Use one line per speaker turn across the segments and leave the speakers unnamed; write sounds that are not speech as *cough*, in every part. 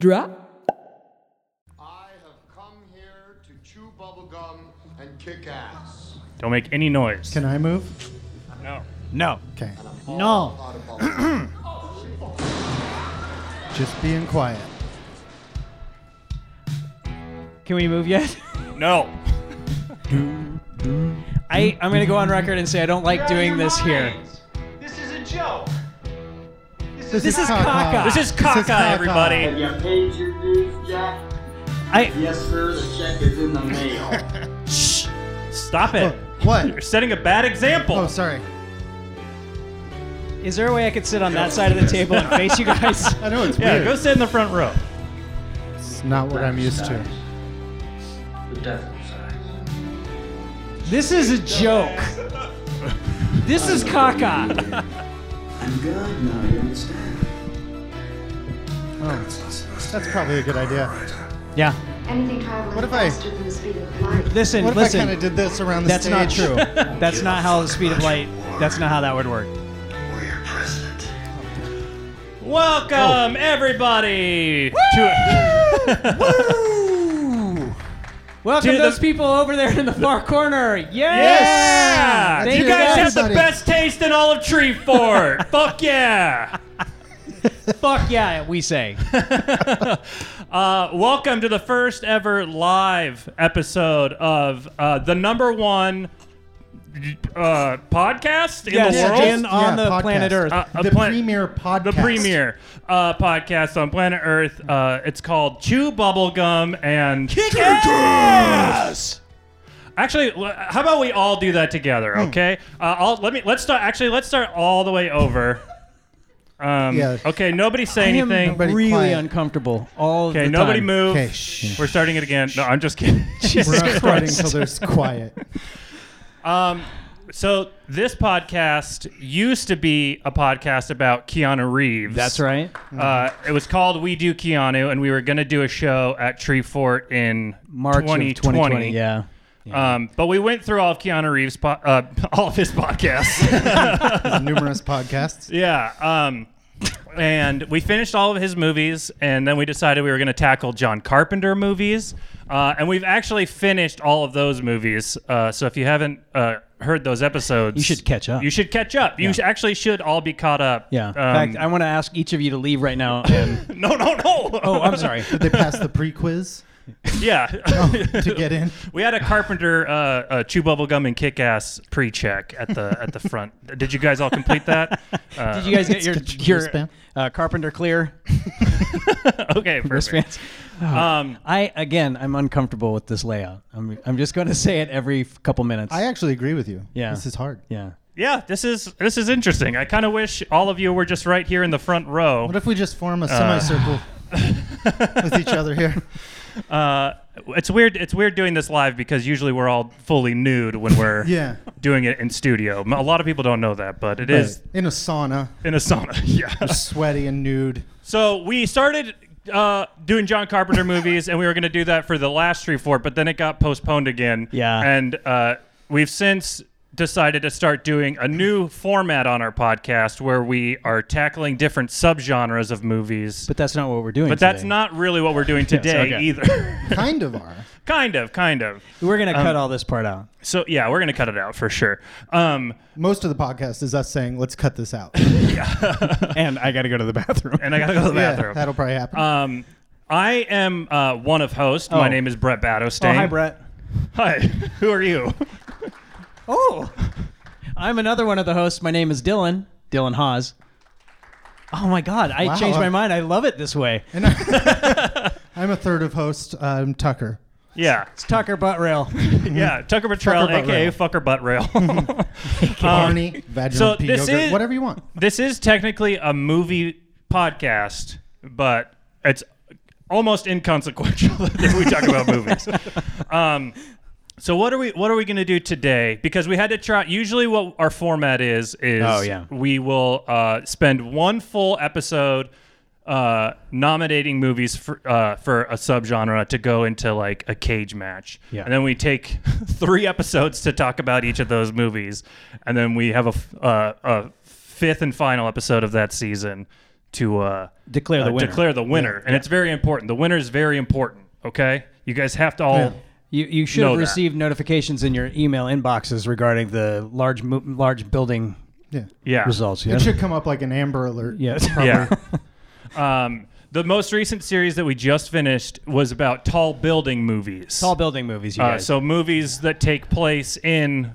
Drop.
I have come here to chew bubblegum and kick ass.
Don't make any noise.
Can I move?
no.
No.
Okay.
No.
Out of bubblegum.
Just being quiet.
Can we move yet? *laughs*
No.
I, I'm going to go on record and say I don't like doing this here.
This is a joke.
This is caca.
This is caca, everybody.
You paid your dues, Jack?
I
Yes, sir. The check is in the mail.
Shh. Stop
Look,
it.
*laughs*
You're
what?
setting a bad example.
Oh, sorry.
is there a way I could sit on that side of the table and face you guys?
*laughs* I know it's
yeah,
weird.
go sit in the front row.
It's not what I'm used to.
The devil size.
This is a joke. This is caca.
I'm good now, you understand?
Oh, That's probably a good idea.
Yeah.
Anything traveling
What if I-
faster than the speed of light.
Listen,
What if I
listen.
kind of did this around the
That's not
stage? *laughs*
true. That's not how the speed of light. That's not how that would work.
We're your president.
Oh.
Welcome, everybody. To
Welcome
Dude, the-
those people over there in the far corner. Yes.
*laughs* yeah.
Thank
you
you,
guys have the
everybody.
best taste in all of
*laughs*
Treefort. Fuck yeah.
Fuck yeah, we say.
Uh, welcome to the first ever live episode of uh, the number one uh, podcast in
Yes,
the world.
and on
Yeah,
the
podcast.
planet Earth.
Uh, a
the
plan-
premier podcast.
the premiere uh, podcast on planet Earth. Uh, it's called Chew Bubblegum and Kick Ass. Actually, l- how about we all do that together? Okay. Uh, I'll, let me. Let's start. Actually, let's start all the way over. Um,
Yeah.
Okay. Nobody say
I am
anything.
Everybody
really
quiet.
uncomfortable all
Okay.
the
Nobody
time.
move.
Okay, shh.
We're starting it again. No, I'm just kidding.
We're
Jesus
not *laughs* starting
Christ.
until there's quiet.
Um, so this podcast used to be a podcast about Keanu Reeves.
That's right.
Uh, it was called We Do Keanu, and we were going to do a show at Tree Fort in
March of
2020.
2020. Yeah.
Um, but we went through all of Keanu Reeves, po- uh, *laughs* all of his podcasts.
*laughs*
Numerous podcasts.
yeah. Um, and we finished all of his movies, and then we decided we were going to tackle John Carpenter movies. Uh, and we've actually finished all of those movies. Uh, so if you haven't uh, heard those episodes,
You should catch up.
You should catch up. You sh- actually should all be caught up.
Yeah. In
Um,
fact, I want to ask each of you to leave right now. And
*laughs* no, no, no.
oh, I'm sorry.
Did they pass the pre-quiz
*laughs* yeah.
Oh,
to get in?
We had a carpenter uh, uh, chew bubble gum and kick ass pre check at the at the front. Did you guys all complete that?
*laughs*
Uh,
Did you guys get your
It's good
your
wristband.
uh, carpenter clear
*laughs* okay, perfect.
wristbands?
Um,
I again, I'm uncomfortable with this layout. I'm I'm just going to say it every f- couple minutes.
I actually agree with you.
Yeah.
This is hard.
yeah.
yeah, this is this is interesting. I kind of wish all of you were just right here in the front row.
What if we just form a semicircle with each other here?
*laughs* Uh, it's weird. It's weird doing this live because usually we're all fully nude when we're
*laughs* Yeah.
doing it in studio. A lot of people don't know that, but it is
In a sauna,
in a sauna. *laughs* Yeah.
sweaty and nude.
So we started uh, doing John Carpenter movies, and we were going to do that for the last three, four, but then it got postponed again.
Yeah.
And uh, we've since decided to start doing a new format on our podcast where we are tackling different subgenres of movies.
But
But,
that's not what we're doing.
that's
today.
not really what we're
*laughs*
doing today
okay.
either. *laughs*
Kind of are.
kind of, kind of.
We're going to
um,
cut all this part
*laughs*
out.
So yeah, we're going to cut it out for sure. Um,
*laughs* Most of the podcast is us saying, let's cut
*laughs*
this out.
*laughs* and I got to go to the bathroom.
and I got to go to the
yeah,
bathroom.
that'll probably happen.
Um, I am uh, one of hosts.
Oh.
My name is Brett
*laughs*
Battostain.
Oh, hi Brett.
Hi. *laughs* Who are you?
Oh, I'm another one of the hosts. My name is Dylan. Dylan Haas. Oh my God, I
Wow.
changed my mind. I love it this way.
and
*laughs*
I, *laughs* am a third of host. I'm Tucker.
Yeah,
It's Tucker Butt
*laughs*
Rail.
yeah. Tucker Betrayal,
Fucker butt
aka
rail.
Fucker Butt
*laughs*
Rail. *laughs* Um,
Barney, vaginal
so
pea
this
yogurt,
is-
whatever you want.
this is technically a movie podcast, but it's almost inconsequential *laughs* that we talk about movies. Um, so what are we what are we going to do today? Because we had to try. Usually, what our format is is
Oh, yeah.
we will uh, spend one full episode uh, nominating movies for uh, for a subgenre to go into like a cage match,
Yeah.
and then we take *laughs* three episodes to talk about each of those movies, and then we have a f- uh, a fifth and final episode of that season to uh,
Declare the
uh,
winner.
Declare the winner, and it's very important. The winner is very important. Okay, you guys have to all.
You, you should
Know
have
that.
received notifications in your email inboxes regarding the large mo- large building
Yeah.
Yeah.
results. Yeah.
It should come up like an Amber Alert. *laughs*
Yes.
Yeah. um, the most recent series that we just finished was about tall building movies.
*laughs* Tall building movies. You
uh,
guys.
so movies that take place in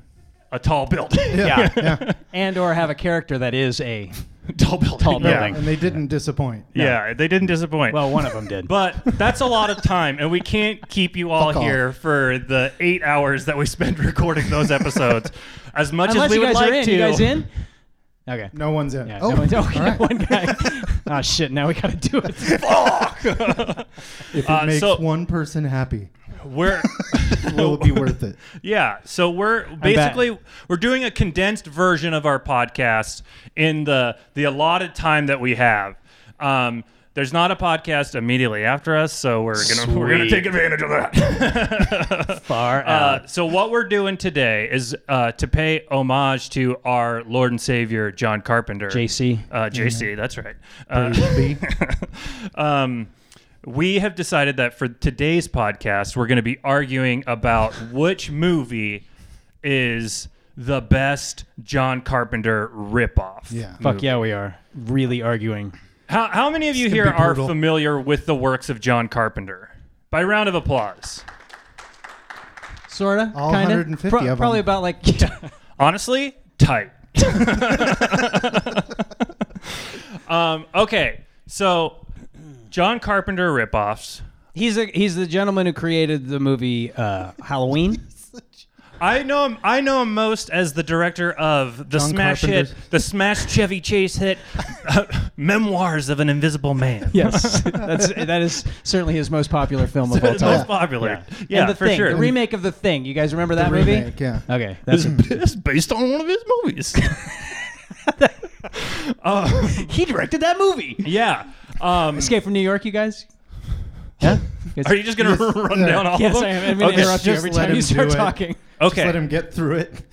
a tall building. *laughs*
yeah. and or have a character that is a
tall building.
tall
Yeah.
building.
And they didn't disappoint.
Yeah, they didn't
*laughs*
disappoint.
Well, one of them did.
but that's a lot of time, and we can't keep you all
Fuck off.
here for the eight hours that we spend *laughs* recording those episodes. As much
unless
as we
you
would
guys
like
are in,
to,
you guys in? *laughs* Okay.
No one's in.
Yeah,
oh,
no
*laughs*
one's- okay,
all right.
one *laughs*
*laughs*
guy.
Ah,
oh shit! Now we gotta do it.
If it
Uh,
makes
so-
one
*laughs*
person happy, *laughs*
we're *laughs*
will it be worth it?
yeah. So we're basically we're doing a condensed version of our podcast in the the allotted time that we have. Um, there's not a podcast immediately after us, so we're gonna we're gonna take advantage of that.
Far
Uh, so what we're doing today is uh, to pay homage to our Lord and Savior John Carpenter,
JC.
uh, JC. That's right. Uh, *laughs* um, we have decided that for today's podcast, we're going to be arguing about which movie is the best John Carpenter ripoff.
Yeah.
Fuck yeah, we are really arguing.
How, how many of you here
gonna be
are
brutal.
familiar with the works of John Carpenter? By round of applause.
Sorta.
All
kinda.
150 of 'em.
Probably about like. *laughs*
Honestly, tight. *laughs* um, okay, so John Carpenter ripoffs.
He's a, he's the gentleman who created the movie uh, Halloween.
I know him. I know him most as the director of the
John
smash
Carpenter's-
hit, the smash Chevy Chase hit, uh, *laughs* Memoirs of an Invisible Man.
Yes, *laughs* that's that is certainly his most popular film of all
It's
time.
*laughs* most popular. Yeah,
and the
for
thing,
sure.
the remake of the thing. You guys remember that movie?
Remake, yeah.
Okay, that's
It's based on one of his *laughs* movies.
*laughs* he directed that movie.
Um, yeah. Um,
Escape from New York, you guys. Yeah. You guys-
are you just gonna run down all
yes,
of
I
them?
am. I'm gonna
Okay.
interrupt you
Just
every
let
time you
him
start
do it.
talking.
Okay.
Just let him get through
*laughs*
it.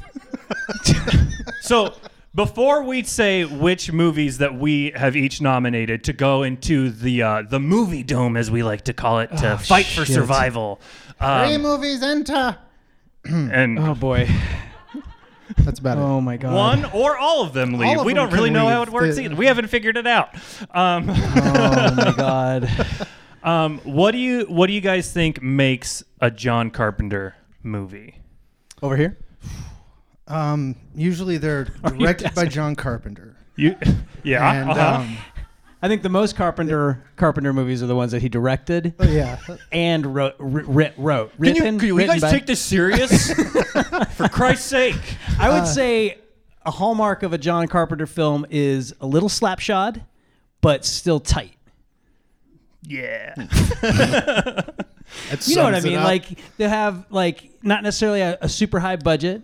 So before we say which movies that we have each nominated to go into the uh, the movie dome, as we like to call it, to fight for
shit.
survival,
Three
um,
movies enter.
and
Oh boy.
That's about
Oh
it.
my god.
one or all of them leave.
of
we
them
don't really
can
know how
leave.
it works
They-
either. We haven't figured it out. Um,
Oh
*laughs*
my god.
um, what do you What do you guys think makes a John Carpenter movie?
*laughs* Over here.
Um, usually they're
*laughs*
directed by John Carpenter.
You, *laughs* yeah,
And
uh-huh.
um,
I think the most Carpenter Carpenter movies are the ones that he directed
yeah,
and wrote. writ wrote
can you,
written-
can you
written
guys
by-
take this serious? for Christ's sake!
I
Uh,
would say a hallmark of a John Carpenter film is a little slapshod, but still tight.
Yeah.
That
*laughs* You know what I
sums it
mean?
up.
Like they have like not necessarily a, a super high budget,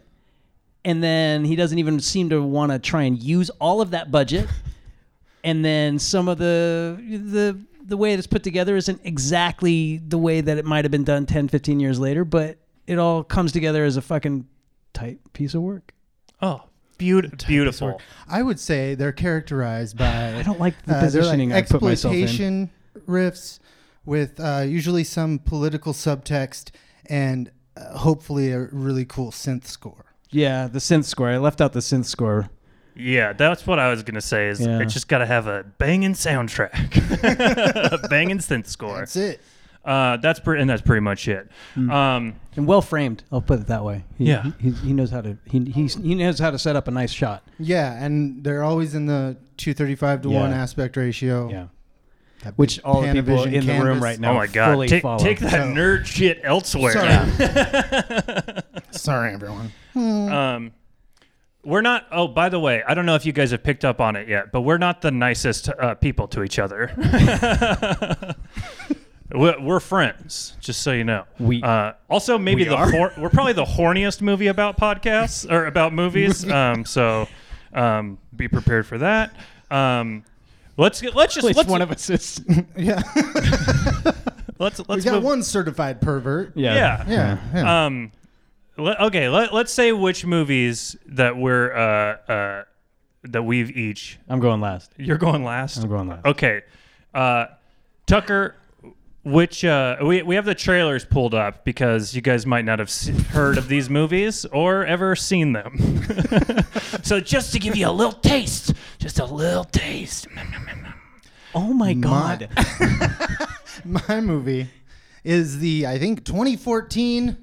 and then he doesn't even seem to want to try and use all of that
*laughs*
budget, and then some of the the the way it's put together isn't exactly the way that it might have been done 10, 15 years later, but it all comes together as a fucking tight piece of work.
Oh, beautiful, beautiful.
I would say they're characterized by.
I don't like the
uh, they're
positioning
like
I put myself in.
exploitation riffs with uh, usually some political subtext and uh, hopefully a really cool synth score.
Yeah, the synth score. I left out the synth score.
Yeah, that's what I was gonna say. Is
Yeah.
it's just gotta have a banging *laughs* soundtrack, banging synth score.
That's it.
Uh, that's pretty, and that's pretty much it. Um,
and well framed. I'll put it that way. He,
Yeah.
he, he knows how to he, he's, he knows how to set up a nice shot.
Yeah, and they're always in the 235 to
Yeah.
1 aspect ratio.
*laughs*
That
which
big
all the people
Panavision
in the room
canvas.
right now.
oh my god,
fully
take,
follow.
take that
So-
nerd shit elsewhere.
Sorry. Sorry, everyone.
Um, we're not. Oh, by the way, I don't know if you guys have picked up on it yet, but we're not the nicest uh, people to each *laughs* other. we're, we're friends, just so you know.
We-
uh, also maybe
we
the
are.
hor- we're probably the horniest movie about podcasts or about *laughs* movies. um, so um, be prepared for that. Um, let's get, let's just
Which
let's
one of us is?
*laughs*
*laughs*
Yeah.
*laughs*
let's let's
we got
move-
one certified pervert.
Yeah.
Yeah. yeah.
Um, le- okay, let, let's say which movies that we're uh, uh, that we've each.
I'm going last.
You're going last.
I'm going last.
Okay, uh, Tucker. Which uh, we we have the trailers pulled up because you guys might not have s heard of these movies or ever seen them. *laughs* so just to give you a little taste, just a little taste.
Oh my
My- *laughs*
god.
My movie is the I think 2014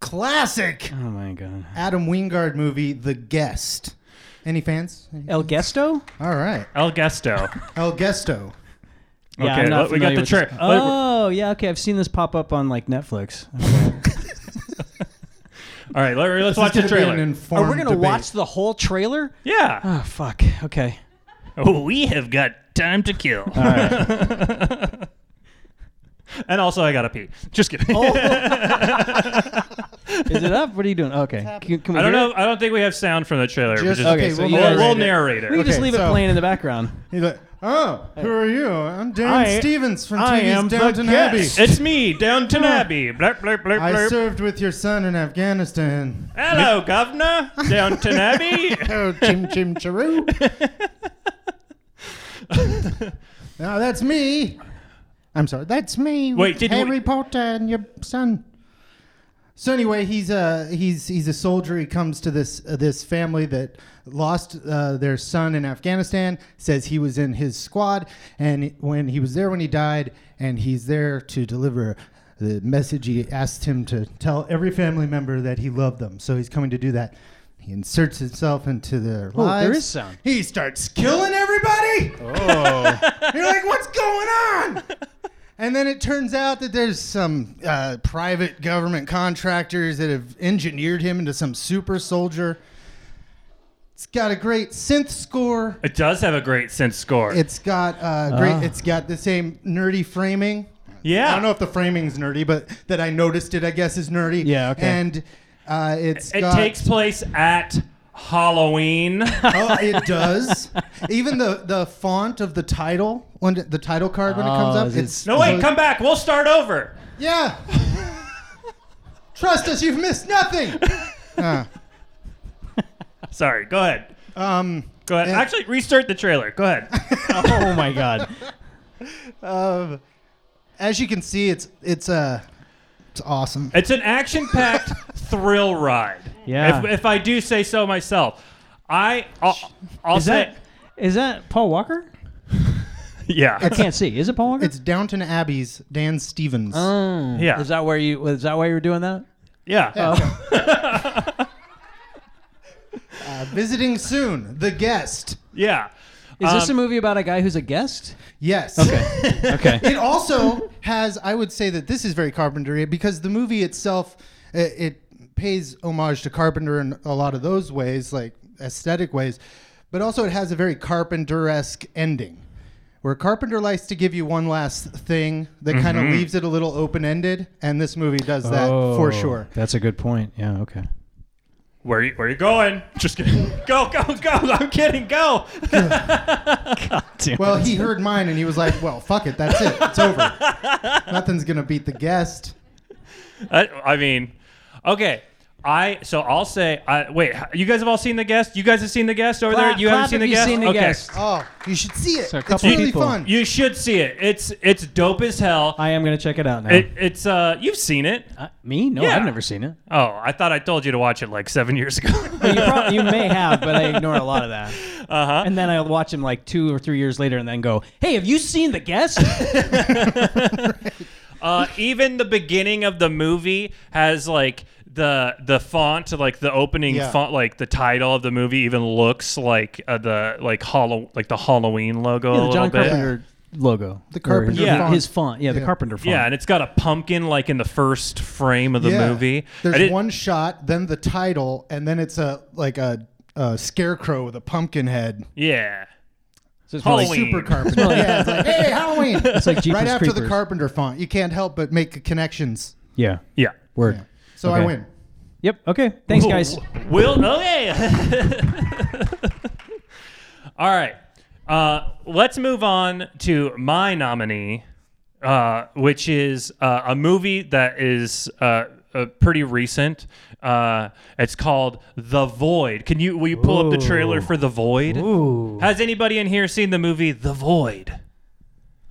classic
oh my god.
Adam Wingard movie, The Guest. Any fans?
El Gesto?
All right,
El
*laughs*
Gesto.
El Gesto.
Yeah,
Okay,
I'm not
look, we got
familiar
the
with this.
tra-
Oh, yeah, okay. I've seen this pop up on like Netflix.
All right, let, let's watch the
This is gonna be
trailer.
an informed debate.
the whole trailer?
yeah.
Oh fuck. Okay.
Oh, we have got time to kill. *laughs* and also, *laughs* I gotta pee. Just kidding.
Oh,
Is it up? What are you doing? Okay. Can, can we
I don't
hear
know.
it?
I don't think we have sound from the trailer. We
Just-
just-
okay,
so
we'll
you
we'll,
narrate
we'll
it.
narrate it.
We can just
Okay,
leave it
so-
playing in the background.
He's like, oh, who are you? I'm Darren
I-
Stevens from
I
TV's
am the
Downton Abbey.
guest.
It's me, Downton Abbey. Blurp, blurp, blurp,
I
blurp.
served with your son in Afghanistan.
Hello, Governor.
*laughs*
Downton Abbey.
Oh, Chim
*laughs*
Chim Charoo. now that's me. I'm sorry, that's me.
Wait, did
Harry
we-
Potter and your son. So anyway, he's a he's he's a soldier. He comes to this uh, this family that lost uh, their son in Afghanistan. Says he was in his squad, and when he was there when he died, and he's there to deliver the message. He asked him to tell every family member that he loved them. So he's coming to do that. He inserts himself into their
Oh,
lives.
there is sound. Oh.
He starts killing everybody. *laughs* You're like, what's going on? And then it turns out that there's some uh, private government contractors that have engineered him into some super soldier. It's got a great synth score.
It does have a great synth score.
It's got uh,
Ah.
great. It's got the same nerdy framing.
yeah.
I don't know if the framing's nerdy, but that I noticed it, I guess, is nerdy.
Yeah, okay.
And uh, it's
it
got-
takes place at
*laughs*
Halloween.
oh, it
*laughs*
does. Even the the font of the title when the title card when it comes
Oh,
up,
is it-
it's
no, wait, come back. We'll start over.
Yeah. *laughs* Trust us, you've missed nothing.
Sorry. Go ahead.
Um,
Go ahead.
And-
Actually, restart the trailer. Go ahead.
*laughs*
*laughs*
oh my *laughs* god.
um, as you can see, it's it's uh, it's awesome.
It's an action-packed thrill ride.
Yeah.
If, if I do say so myself, I I'll, I'll
Is
say
that is that Paul Walker?
yeah
I can't see. Is it Paul Walker?
It's Downton Abbey's Dan Stevens.
Oh.
Yeah.
Is that where you is that why you were doing that?
yeah.
*laughs* Uh, visiting soon, the guest.
*laughs* Yeah.
Is this a
Um,
movie about a guy who's a guest?
Yes. *laughs*
Okay. *laughs* okay.
it also has i would say that this is very carpenter because the movie itself i- it, pays homage to carpenter in a lot of those ways like aesthetic ways but also it has a very carpenter-esque ending where carpenter likes to give you one last thing that kind
Mm-hmm.
of leaves it a little open-ended and this movie does that for
Oh.
sure
That's a good point. Yeah, okay.
Where you, where you going? Just kidding. *laughs* go, go, go. I'm kidding. Go.
well he heard mine and he was like well fuck it that's it
*laughs*
it's over nothing's gonna beat the guest
I, I mean, okay. I so I'll say. I, wait, you guys have all seen the guest. You guys have seen the guest over there.
Clap-
You haven't
clap
seen
if
the
you've
guest.
seen The
okay.
Guest.
oh you should see it
So a
it's
couple
really
people-
fun
You should see it. It's it's dope as hell.
I am gonna check it out now.
It, it's uh, you've seen it.
Uh, me? No,
Yeah.
I've never seen it.
Oh, I thought I told you to watch it like seven years ago.
you, prob- you may have, but I ignore a lot of *laughs* that.
uh huh.
And then I'll watch him like two or three years later, and then go, "Hey, have you seen the *laughs* guest?"
Uh, even the beginning of the movie has like the the font, like the opening
Yeah.
font, like the title of the movie even looks like uh, the like hollow like the Halloween logo a
the
little
John
bit.
Carpenter logo,
The
Or
Carpenter
his-
font.
his font. Yeah, the
Yeah.
Carpenter font.
Yeah, and it's got a pumpkin like in the first frame of the
Yeah.
movie.
There's
I didn't-
one shot, then the title, and then it's a like a, a scarecrow with a pumpkin head.
Yeah.
so it's more like-
Halloween.
Super *laughs* carpenter. yeah, it's like, hey, Halloween.
*laughs* It's like Jeepers
right after the
Creepers.
carpenter font. You can't help but make connections.
Yeah,
Yeah.
word.
So I
Okay.
win.
Yep. Okay. Thanks, guys.
Will okay. *laughs* All right. Uh, let's move on to my nominee, uh, which is uh, a movie that is uh, uh, pretty recent. Uh, it's called The Void. Can you will you pull up the trailer for The Void?
Ooh.
Has anybody in here seen the movie The Void?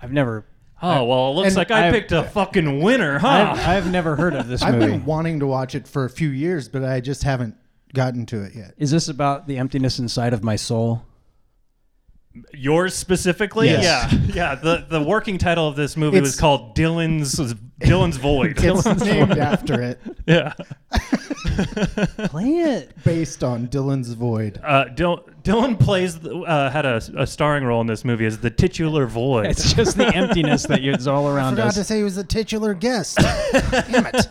I've never.
Oh well, it looks
and
like I
I've-
picked a fucking winner, huh?
I've, I've never heard of this
I've
movie.
been wanting to watch it for a few years, but I just haven't gotten to it
*laughs*
yet.
Is this about the emptiness inside of my soul?
Yours specifically?
Yes.
Yeah, yeah. The the working title of this movie was
It's-
called Dylan's Dylan's Void.
*laughs* It's named after it,
*laughs* yeah.
Play it.
based on Dylan's Void.
Uh, Dylan, Dylan plays the- uh, had a, a starring role in this movie as the titular void.
*laughs* It's just the emptiness that is all
I
around
forgot
us.
to say he was a titular *laughs* guest. Damn it.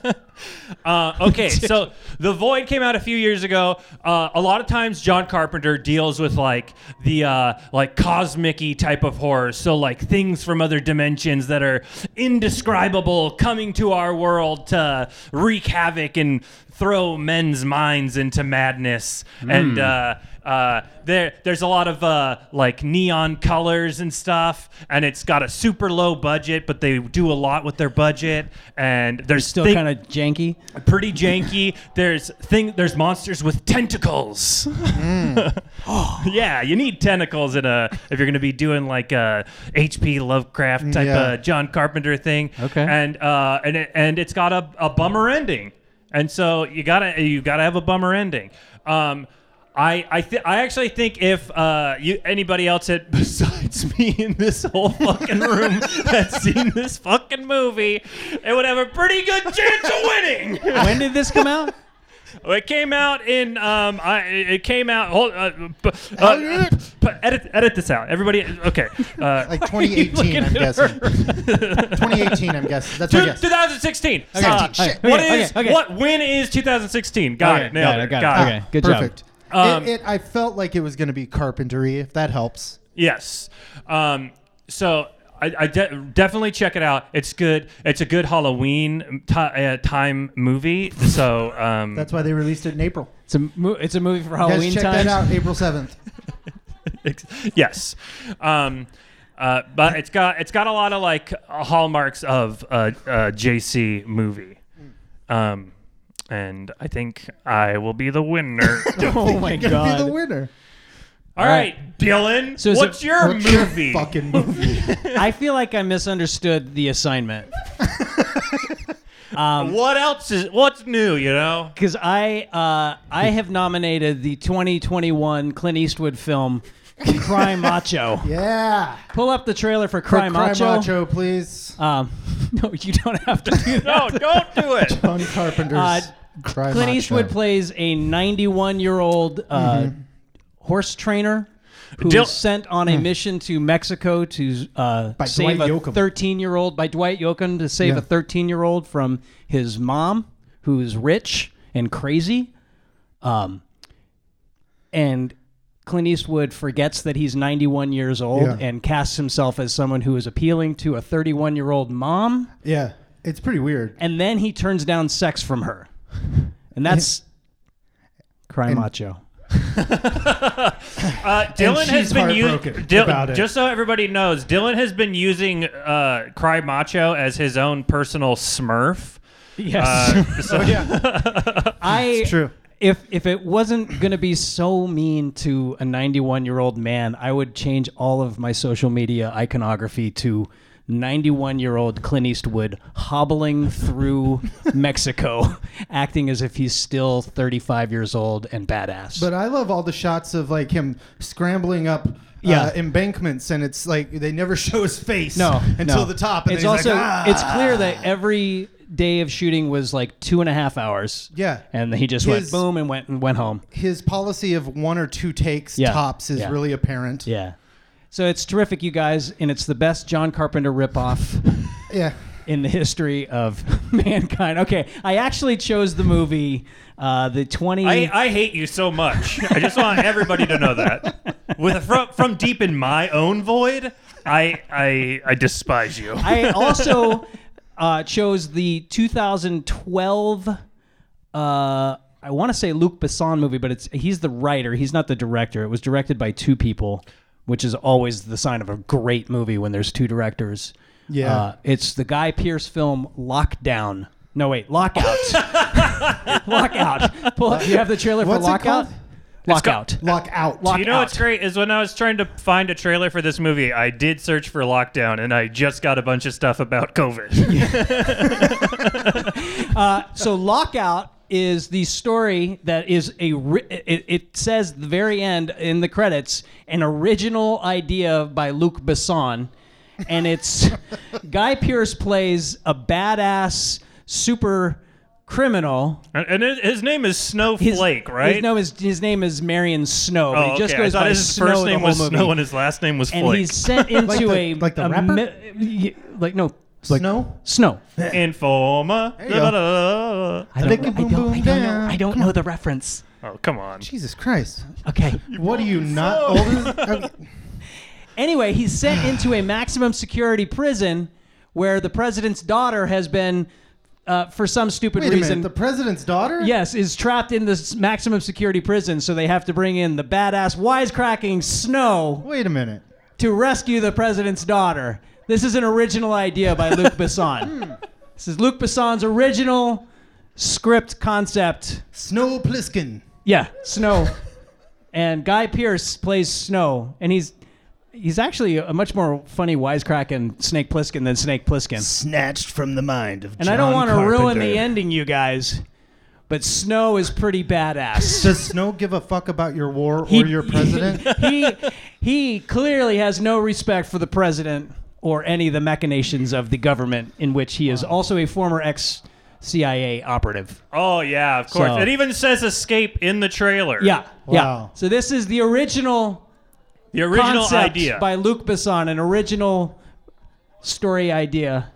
Uh, okay, so The Void came out a few years ago. Uh, a lot of times, John Carpenter deals with like the uh, like cosmic-y type of horror, so like things from other dimensions that are indescribable coming to our world to wreak havoc and throw men's minds into madness. And uh, uh, there there's a lot of uh, like neon colors and stuff, and it's got a super low budget, but they do a lot with their budget. And there's
Still
thing-
kind of janky.
pretty janky. There's thing. There's monsters with tentacles. *laughs* yeah, you need tentacles in a if you're gonna be doing like a H.P. Lovecraft type
Yeah.
of John Carpenter thing.
Okay.
and uh, and it, and it's got a, a bummer ending, and so you gotta you gotta have a bummer ending. Um, I I, th- I actually think if uh, you anybody else had *laughs* besides me in this whole fucking room that's seen this fucking movie, it would have a pretty good chance of winning.
When did this come
*laughs*
out?
Well, It came out in um, I it came out. Hold, uh, p- uh, p- edit edit this out, everybody. Okay, uh,
*laughs*
Like 2018, I'm guessing. 2018, I'm guessing. That's my
Two-
guess.
2016. Uh,
shit.
what
Okay,
is-
okay, okay.
what? When is 2016? Got
Okay,
it. Nailed
got
it.
it, got it,
got it.
okay. good job.
Ah, Perfect.
Um,
it, it, I felt like it was going to be carpentry, if that helps.
Yes. Um, so I, I de- definitely check it out. It's good. It's a good Halloween ti uh, time movie. So um,
That's why they released it in April.
It's a mo- it's a movie for
Guys,
Halloween
check
time.
that out, April 7th.
*laughs* Ex- yes. Um, uh, but it's got it's got a lot of like hallmarks of a uh, uh, JC movie, um, and I think I will be
*laughs*
the winner.
*laughs* Oh my
*laughs* Gonna be the
god.
winner.
All right, Dylan,
So is
what's
it-
your
What's your
movie?
fucking movie.
*laughs*
I feel like I misunderstood the
*laughs*
assignment. Um,
what else is what's new? You know,
because I uh, I have nominated the 2021 Clint Eastwood film Cry Macho.
yeah.
Pull up the trailer for
For
Cry Macho.
Macho, please.
Um, *laughs* no, you don't have to do
no,
that.
don't do *laughs* it.
John Carpenter's
Uh,
Cry
Clint
Macho.
Eastwood plays a 91 year old uh,
Mm-hmm.
horse trainer who's
Dil-
sent on a mission to Mexico to uh,
Mm. By
save
Dwight
a
Yoakam.
13 year old by Dwight Yoakam to save
Yeah.
a 13 year old from his mom who's rich and crazy. Um, and Clint Eastwood forgets that he's 91 years old
Yeah.
and casts himself as someone who is appealing to a 31 year old mom
Yeah. It's pretty weird.
and then he turns down sex from her, and that's *laughs* cry macho.
Uh, Dylan has
she's
been using
heartbroken about it.
just so everybody knows, Dylan has been using uh, Cry Macho as his own personal Smurf.
Yes, *laughs*
Uh, so-
I.
True.
If if it wasn't gonna be so mean to a 91 year old man, I would change all of my social media iconography to 91 year old Clint Eastwood hobbling through Mexico, *laughs* acting as if he's still 35 years old and badass.
But I love all the shots of like him scrambling up
Yeah.
uh, embankments, and it's like they never *laughs* show his face.
No,
until
no.
the top. And
it's
then he's
also
like, "Ah."
it's clear that every day of shooting was like two and a half hours.
Yeah.
and he just went
His-
boom and went and went home.
his policy of one or two takes
Yeah.
tops is
Yeah.
really apparent.
Yeah, so it's terrific, you guys, and it's the best John Carpenter ripoff
*laughs* Yeah.
in the history of *laughs* mankind. Okay, I actually chose the movie, uh, the twenty.
I, I hate you so much. I just want everybody to know *laughs* that. With from from deep in my own void, I I I despise you.
I also uh, chose the 2012. Uh, I want to say Luc Besson movie, but it's he's the writer. He's not the director. It was directed by two people, which is always the sign of a great movie when there's two directors.
Yeah. *laughs*
Uh, it's the Guy Pierce film Lockdown. No wait, Lockout. Lockout. Pull up. You have the trailer for
What's it
Lockout.
called?
Lockout.
Lock out.
Lock-
You know what's
out.
great is when I was trying to find a trailer for this movie, I did search for lockdown, and I just got a bunch of stuff about *laughs* COVID.
Uh, so lockout is the story that is a ri- it, it says the very end in the credits an original idea by Luc Besson and it's *laughs* Guy Pearce plays a badass super criminal
and and it- his name is Snowflake, right?
his name is his name is Marion Snow but
oh,
he just
okay.
goes
I thought
by
his
Snow
first
the
name
whole
was
movie.
Snow and his last name was
and
Flake.
he's sent into
the-
a
*laughs* like the
a
rapper?
mi- like no
Snow.
Snow
Informa.
you go.
Da-da-da-da-da.
I don't,
Licky
I
boom
don't,
boom
I don't know,
down.
I don't know the reference
Oh, come on.
Jesus Christ.
okay
What are you not old? as-
Anyway, he's
*sighs*
sent into a maximum security prison where the president's daughter has been, uh, for some stupid
Wait a
reason,
minute. The president's daughter.
yes, is trapped in this maximum security prison. So they have to bring in the badass, wisecracking Snow
Wait a minute.
to rescue the president's daughter. This is an original idea by
*laughs*
Luc
Hmm.
Besson. this is Luc Besson's original script concept.
Snow Plissken.
Yeah, Snow. and Guy Pierce plays Snow, and he's he's actually a much more funny wisecracking Snake Plissken than Snake Plissken.
Snatched from the mind of.
And I don't want to ruin the ending, you guys, but Snow is pretty
*laughs*
badass.
*laughs* Does Snow give a fuck about your war or
*laughs*
your president?
he he clearly has no respect for the president or any of the machinations of the government in which he is also a former ex CIA operative.
Oh yeah, of course.
So-
It even says escape in the trailer.
Yeah. Yeah.
Wow.
So this is the original
The original
concept
idea.
by Luke Besson, an original story idea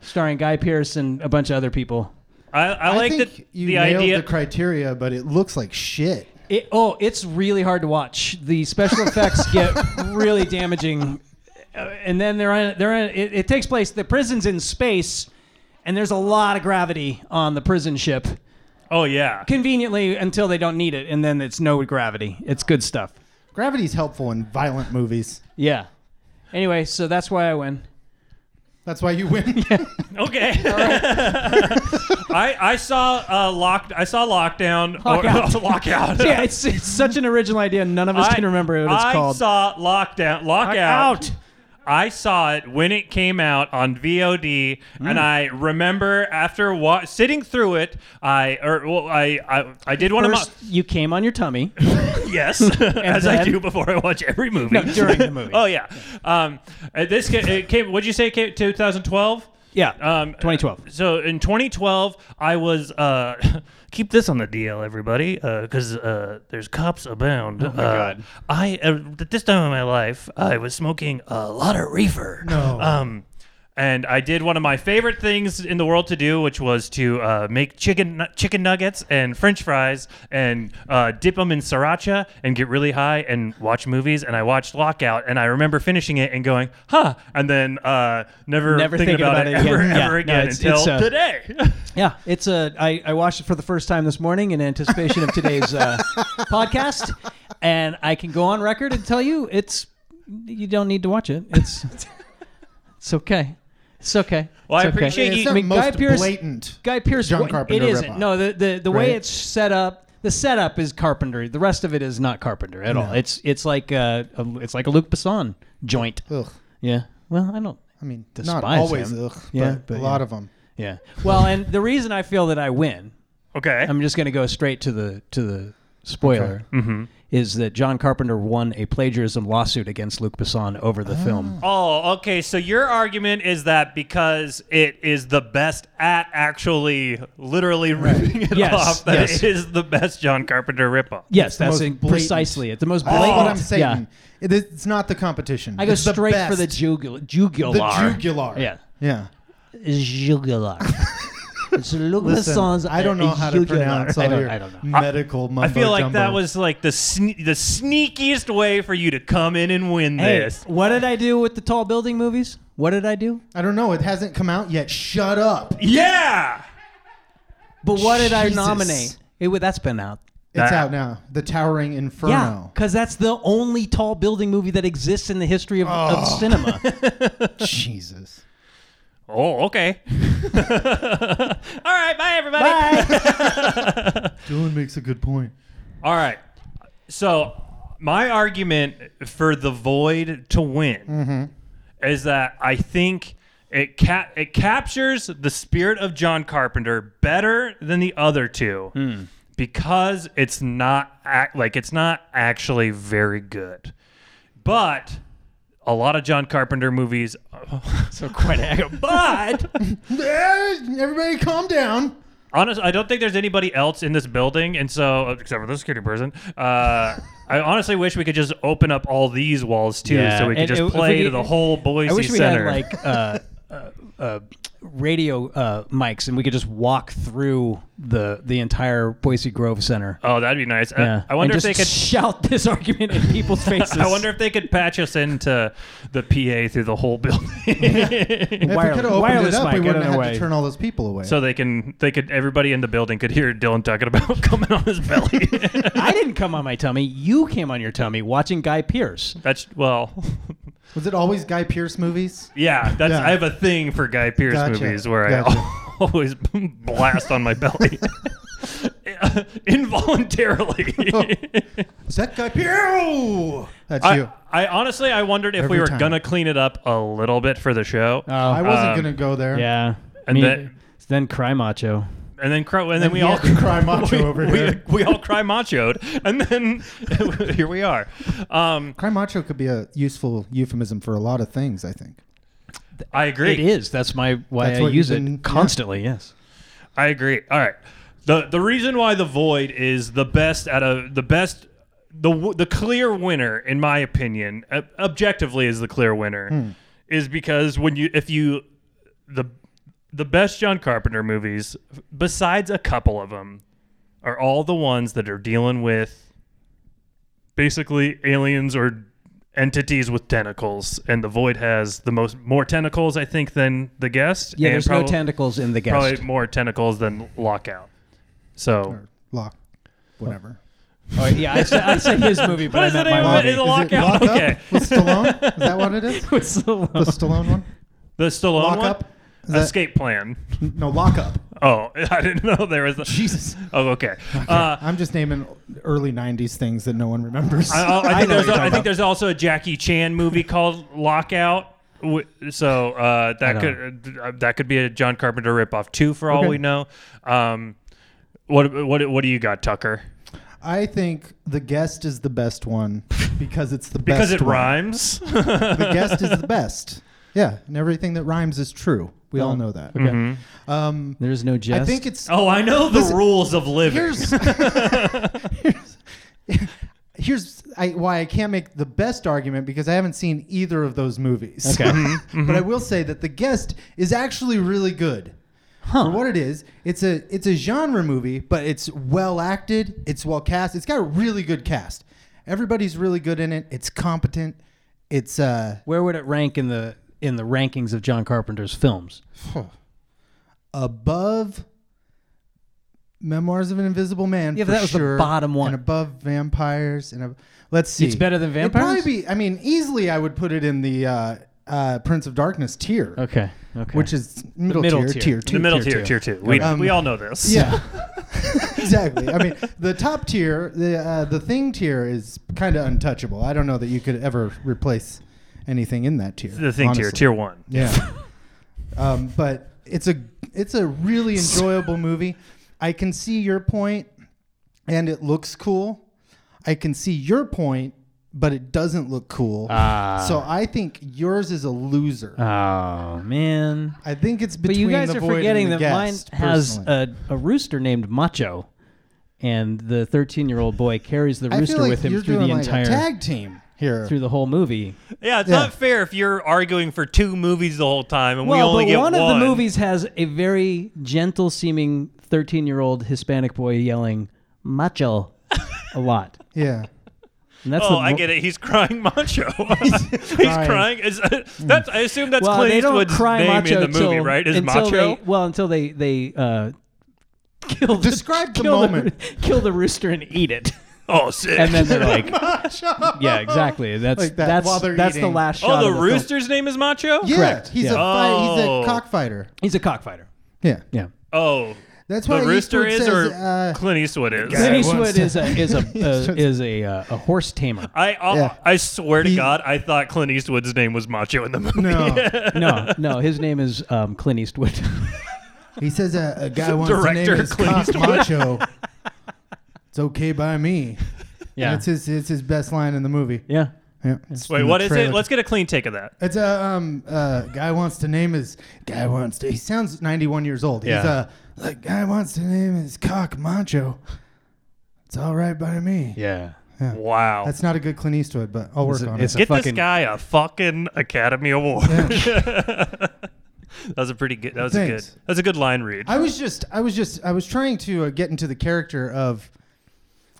starring Guy Pearce and a bunch of other people.
I, I, like
think
that
you
the
nailed
idea.
the criteria, but it looks like shit.
It, oh, it's really hard to watch. The special
*laughs*
effects get really damaging, Uh, and then they're in, they're in, it, it takes place. The prison's in space, and there's a lot of gravity on the prison ship.
oh yeah.
Conveniently, until they don't need it, and then it's no gravity. It's good stuff.
Gravity's helpful in violent movies.
Yeah. Anyway, so that's why I
*laughs*
win.
That's why you
*laughs*
win. *laughs*
Okay. I *laughs* I saw uh, locked. I saw lockdown.
Lockout.
Or, *laughs*
*laughs*
lockout.
Yeah, it's, it's such an original idea. None of us
I
can remember what it's
I
called.
saw lockdown. Lockout. I saw it when it came out on VOD,
Mm.
and I remember after wa- sitting through it, I or well, I, I I did one
First,
of
you came on your
*laughs*
tummy.
my *laughs* yes,
*laughs*
as I
then-
do before I watch every movie
No, during
*laughs*
the movie.
oh yeah, um, uh, this ca- it came. What'd you say? it Came 2012.
Yeah,
Um,
2012.
So in 2012, I was uh, *laughs* keep this on the DL, everybody, because uh, there's cops abound. Oh my
God.
I uh, at this time in my life, I was smoking a lot of reefer. No. Um, and I did one of my favorite things in the world to do, which was to uh, make chicken nu- chicken nuggets and French fries and uh, dip them in sriracha and get really high and watch movies. And I watched Lockout, and I remember finishing it and going, "Huh," and then uh, never
Never
thinking, about, it, ever,
again. Yeah.
ever
No,
again
it's-
until
it's, uh,
today.
Yeah, it's a. I, I watched it for the first time this morning in anticipation of today's
*laughs*
uh, podcast, and I can go on record and tell you it's. You don't need to watch it. It's. It's okay. It's okay.
Well, I
It's okay.
appreciate
it's
you-
not
mean, Guy
most
Pearce-
blatant.
Guy Pierce.
John Carpenter
It isn't.
ripoff.
No, the the, the way
Right?
it's set up. The setup is Carpenter. The rest of it is not Carpenter at all. It's it's like uh a, it's like a Luc Besson joint.
Ugh.
Yeah. Well, I don't.
I mean,
Despise
not always.
him.
Ugh.
Yeah,
but,
but
a
yeah.
lot of them.
Yeah. *laughs* Well, and the reason I feel that I win,
*laughs* okay.
I'm just going to go straight to the to the spoiler, is that John Carpenter won a plagiarism lawsuit against Luc Besson over the film.
Oh, okay. So your argument is that because it is the best at actually literally ripping it
Yes,
off, that
yes.
it is the best John Carpenter ripoff.
Yes, that's
most
in-
blatant.
precisely it. The most
That's
blatant.
what I'm saying.
Yeah.
It- it's not the competition.
I go
It's
straight
the
for the
best.
jugular. Jugular.
The jugular.
Yeah.
Yeah. *laughs*
Jugular. it's Luc
Listen,
Besson's.
I don't know how to
jugular.
pronounce all
I don't,
your
I don't know.
medical
I
mumbo
feel like
jumbo.
that was like the sne- the sneakiest way for you to come in and win
Hey,
this.
what did I do with the tall building movies? What did I do?
I don't know. It hasn't come out yet. Shut up. It's
Yeah.
But what did I
Jesus.
nominate? It, wa- that's been out.
Nah.
out now. The Towering
Yeah,
Inferno.
because that's the only
Oh. *laughs*
tall building movie that exists in the history of, of cinema.
Jesus.
Oh, okay. *laughs* All right, bye everybody.
Dylan makes a
*laughs*
good point.
All right. So my argument for the void to win is that I think it ca- it captures the spirit of John Carpenter better than the other two because it's not ac- like it's not actually very good, but. A lot of John Carpenter movies, *laughs* so quite. But
Everybody, calm down.
Honest, I don't think there's anybody else in this building, and so uh, except for the security person, uh, I honestly wish we could just open up all these walls too,
Yeah,
so we could
and
just
it- if
play
we-
to the whole Boise
I wish we
Center.
had like uh, uh, uh, radio uh, mics, and we could just walk through the the entire Boise Grove Center.
oh, that'd be nice. I-
yeah,
I, wonder
and
if
just
they could.
shout *laughs* this argument in
*laughs*
people's faces.
I wonder if they could patch us into the PA through the whole building, *laughs*
If we
Wireless-
could have opened it
wireless
up,
mic,
we
I don't
wouldn't have
know
had
why.
to turn all those people away.
so they can. They could. Everybody in the building could hear Dylan talking about *laughs* coming on his belly.
I didn't come on my tummy. You came on your tummy watching Guy Pierce.
That's well,
was it always Guy Pierce movies?
yeah. That's
Yeah.
I have a thing for Guy Pierce
Gotcha.
movies where
Gotcha.
I *laughs* always blast on my belly *laughs* involuntarily.
Is that Guy Pierce? That's
I,
you.
I honestly I wondered if
Every
we were
time. Oh.
gonna clean it up a little bit for the show,
I wasn't
um,
gonna go there.
Yeah,
And then-
then cry macho.
and then cro- and then we
you
all
have to
*laughs*
cry macho
we,
over
we,
here.
We all cry machoed, and then *laughs* here we are. Um,
Cry macho could be a useful euphemism for a lot of things. I think.
I agree.
It is. That's my why
That's
I
what
use
you've been-
it constantly. Yes.
I agree. All right. The the reason why the void is the best out of the best the w- the clear winner in my opinion ob- objectively is the clear winner
Hmm.
is because when you if you the the best John Carpenter movies besides a couple of them are all the ones that are dealing with basically aliens or entities with tentacles and the void has the most more tentacles I think than the guest
Yeah.
and
there's no
prob-
tentacles in the guest.
probably more tentacles than lockout. So
Or *laughs* lock, whatever.
Oh, yeah, I said, I said his movie, but *laughs*
What
I
is the
meant
name
my
of
movie.
it? Is it Lockout?
Lock
Okay.
up with *laughs* Stallone? Is that what
*laughs*
it is? The
It's the
Oh.
one-
Stallone
*laughs*
one?
the Stallone
Lock
one?
up? Is that-
escape plan.
No, lock up.
Oh, *laughs* I didn't know there was. A,
Jesus.
Oh, okay. Uh,
I'm just naming early '90s things that no one remembers.
I, I- I
*laughs* I
think,
know
there's,
what
a,
you're
I
talking
think there's also a Jackie Chan movie called Lockout. Wh- So uh, that could uh, that could be a John Carpenter ripoff too, for all
Okay.
we know. Um, what what what do you got, Tucker?
*laughs* I think the guest is the best one because it's the best.
Because it
one.
rhymes. *laughs*
The guest is the best. Yeah, and everything that rhymes is true. We all know that.
Mm-hmm.
Mm-hmm.
Um,
There's no jest.
I think it's.
oh, I know the rules of living. *laughs*
here's here's, *laughs* here's I, why I can't make the best argument because I haven't seen either of those movies. *laughs*
Okay.
but I will say that the guest is actually really good. For what it is, it's a it's a genre movie, but it's well acted, it's well cast, it's got a really good cast. Everybody's really good in it. It's competent. It's uh
Where would it rank in the in the rankings of John Carpenter's films?
above Memoirs of an Invisible Man.
Yeah, but
for
that was the
sure,
bottom one.
And above vampires, and ab- let's see.
It's better than Vampires?
It'd probably be. I mean, easily I would put it in the uh, uh, Prince of Darkness tier,
Okay. Okay.
which is middle,
middle
tier,
tier.
tier two.
the middle
tier
tier, tier
two.
two. We,
Um,
we all know this.
*laughs*
Yeah, *laughs* exactly. I mean, the top tier, the uh, the thing tier is kind of untouchable. I don't know that you could ever replace anything in that tier.
The thing tier,
honestly.
tier one.
Yeah. *laughs* um, but it's a it's a
*laughs*
really enjoyable movie. I can see your point, and it looks cool. I can see your point, but it doesn't look cool.
Ah.
so I think yours is a loser.
Ah. Oh man.
I think it's
But
between
you guys
the
are
void
forgetting
and the
that mine
guest,
has
personally.
a, a rooster named Macho, and the 13 year old boy carries the
I
rooster
feel like
with him
you're
through the
doing like
entire
a tag team here.
through the whole movie.
Yeah, it's
Yeah.
not fair if you're arguing for two movies the whole time and we
well,
only
but
get
one,
one.
of the movies has a very gentle seeming 13 year old Hispanic boy yelling Macho a lot. *laughs*
yeah.
And that's
Oh,
the
I
mo-
get it. He's crying *laughs* macho.
*laughs*
He's crying. Is, uh, that's, I assume that's
Hmm. Well,
Clint
they don't
Eastwood's
cry
name
macho
in the movie,
till-
right? Is
until
macho?
They, well, until they they uh, kill the,
Describe the
kill
moment.
*laughs*
*laughs*
kill the rooster and eat it.
Oh, sick.
and then they're like, yeah, exactly. That's
Like that
that's
while they're
that's
eating.
the last shot.
oh, the
of film.
rooster's name is Macho?
Yeah,
Correct,
he's
yeah.
a fight, he's
Oh.
a cockfighter.
He's a cockfighter.
Yeah,
Yeah.
Oh.
that's why
The rooster
Eastwood
is
says,
or *laughs*
uh,
Clint Eastwood is?
Clint
Yeah,
Eastwood
once-
is a
*laughs*
is a uh, is a uh, a horse tamer.
I I-
Yeah.
I swear to
He-
God, I thought Clint Eastwood's name was Macho in the movie.
*laughs* no,
*laughs* No, no, his name is um, Clint Eastwood. *laughs*
he says a,
*laughs*
a guy wants to name
Director
his
Clint
cock
Eastwood. *laughs*
macho. It's okay by me.
yeah,
it's his it's his best line in the movie.
yeah.
Yeah, it's
Wait,
in the
what is it?
trailer.
Let's get a clean take of that.
It's a um uh guy wants to name his guy wants to. He sounds 91 years old. He's
Yeah.
uh like guy wants to name his cock macho. It's all right by me.
Yeah.
Wow.
That's not a good Clint Eastwood, but I'll work
It's a-
on
it's
it.
a
Get
fucking-
this guy a fucking Academy Award. *laughs* that was a pretty good. That was a
Thanks.
good. That's a good line read.
I was just I was just I was trying to uh, get into the character of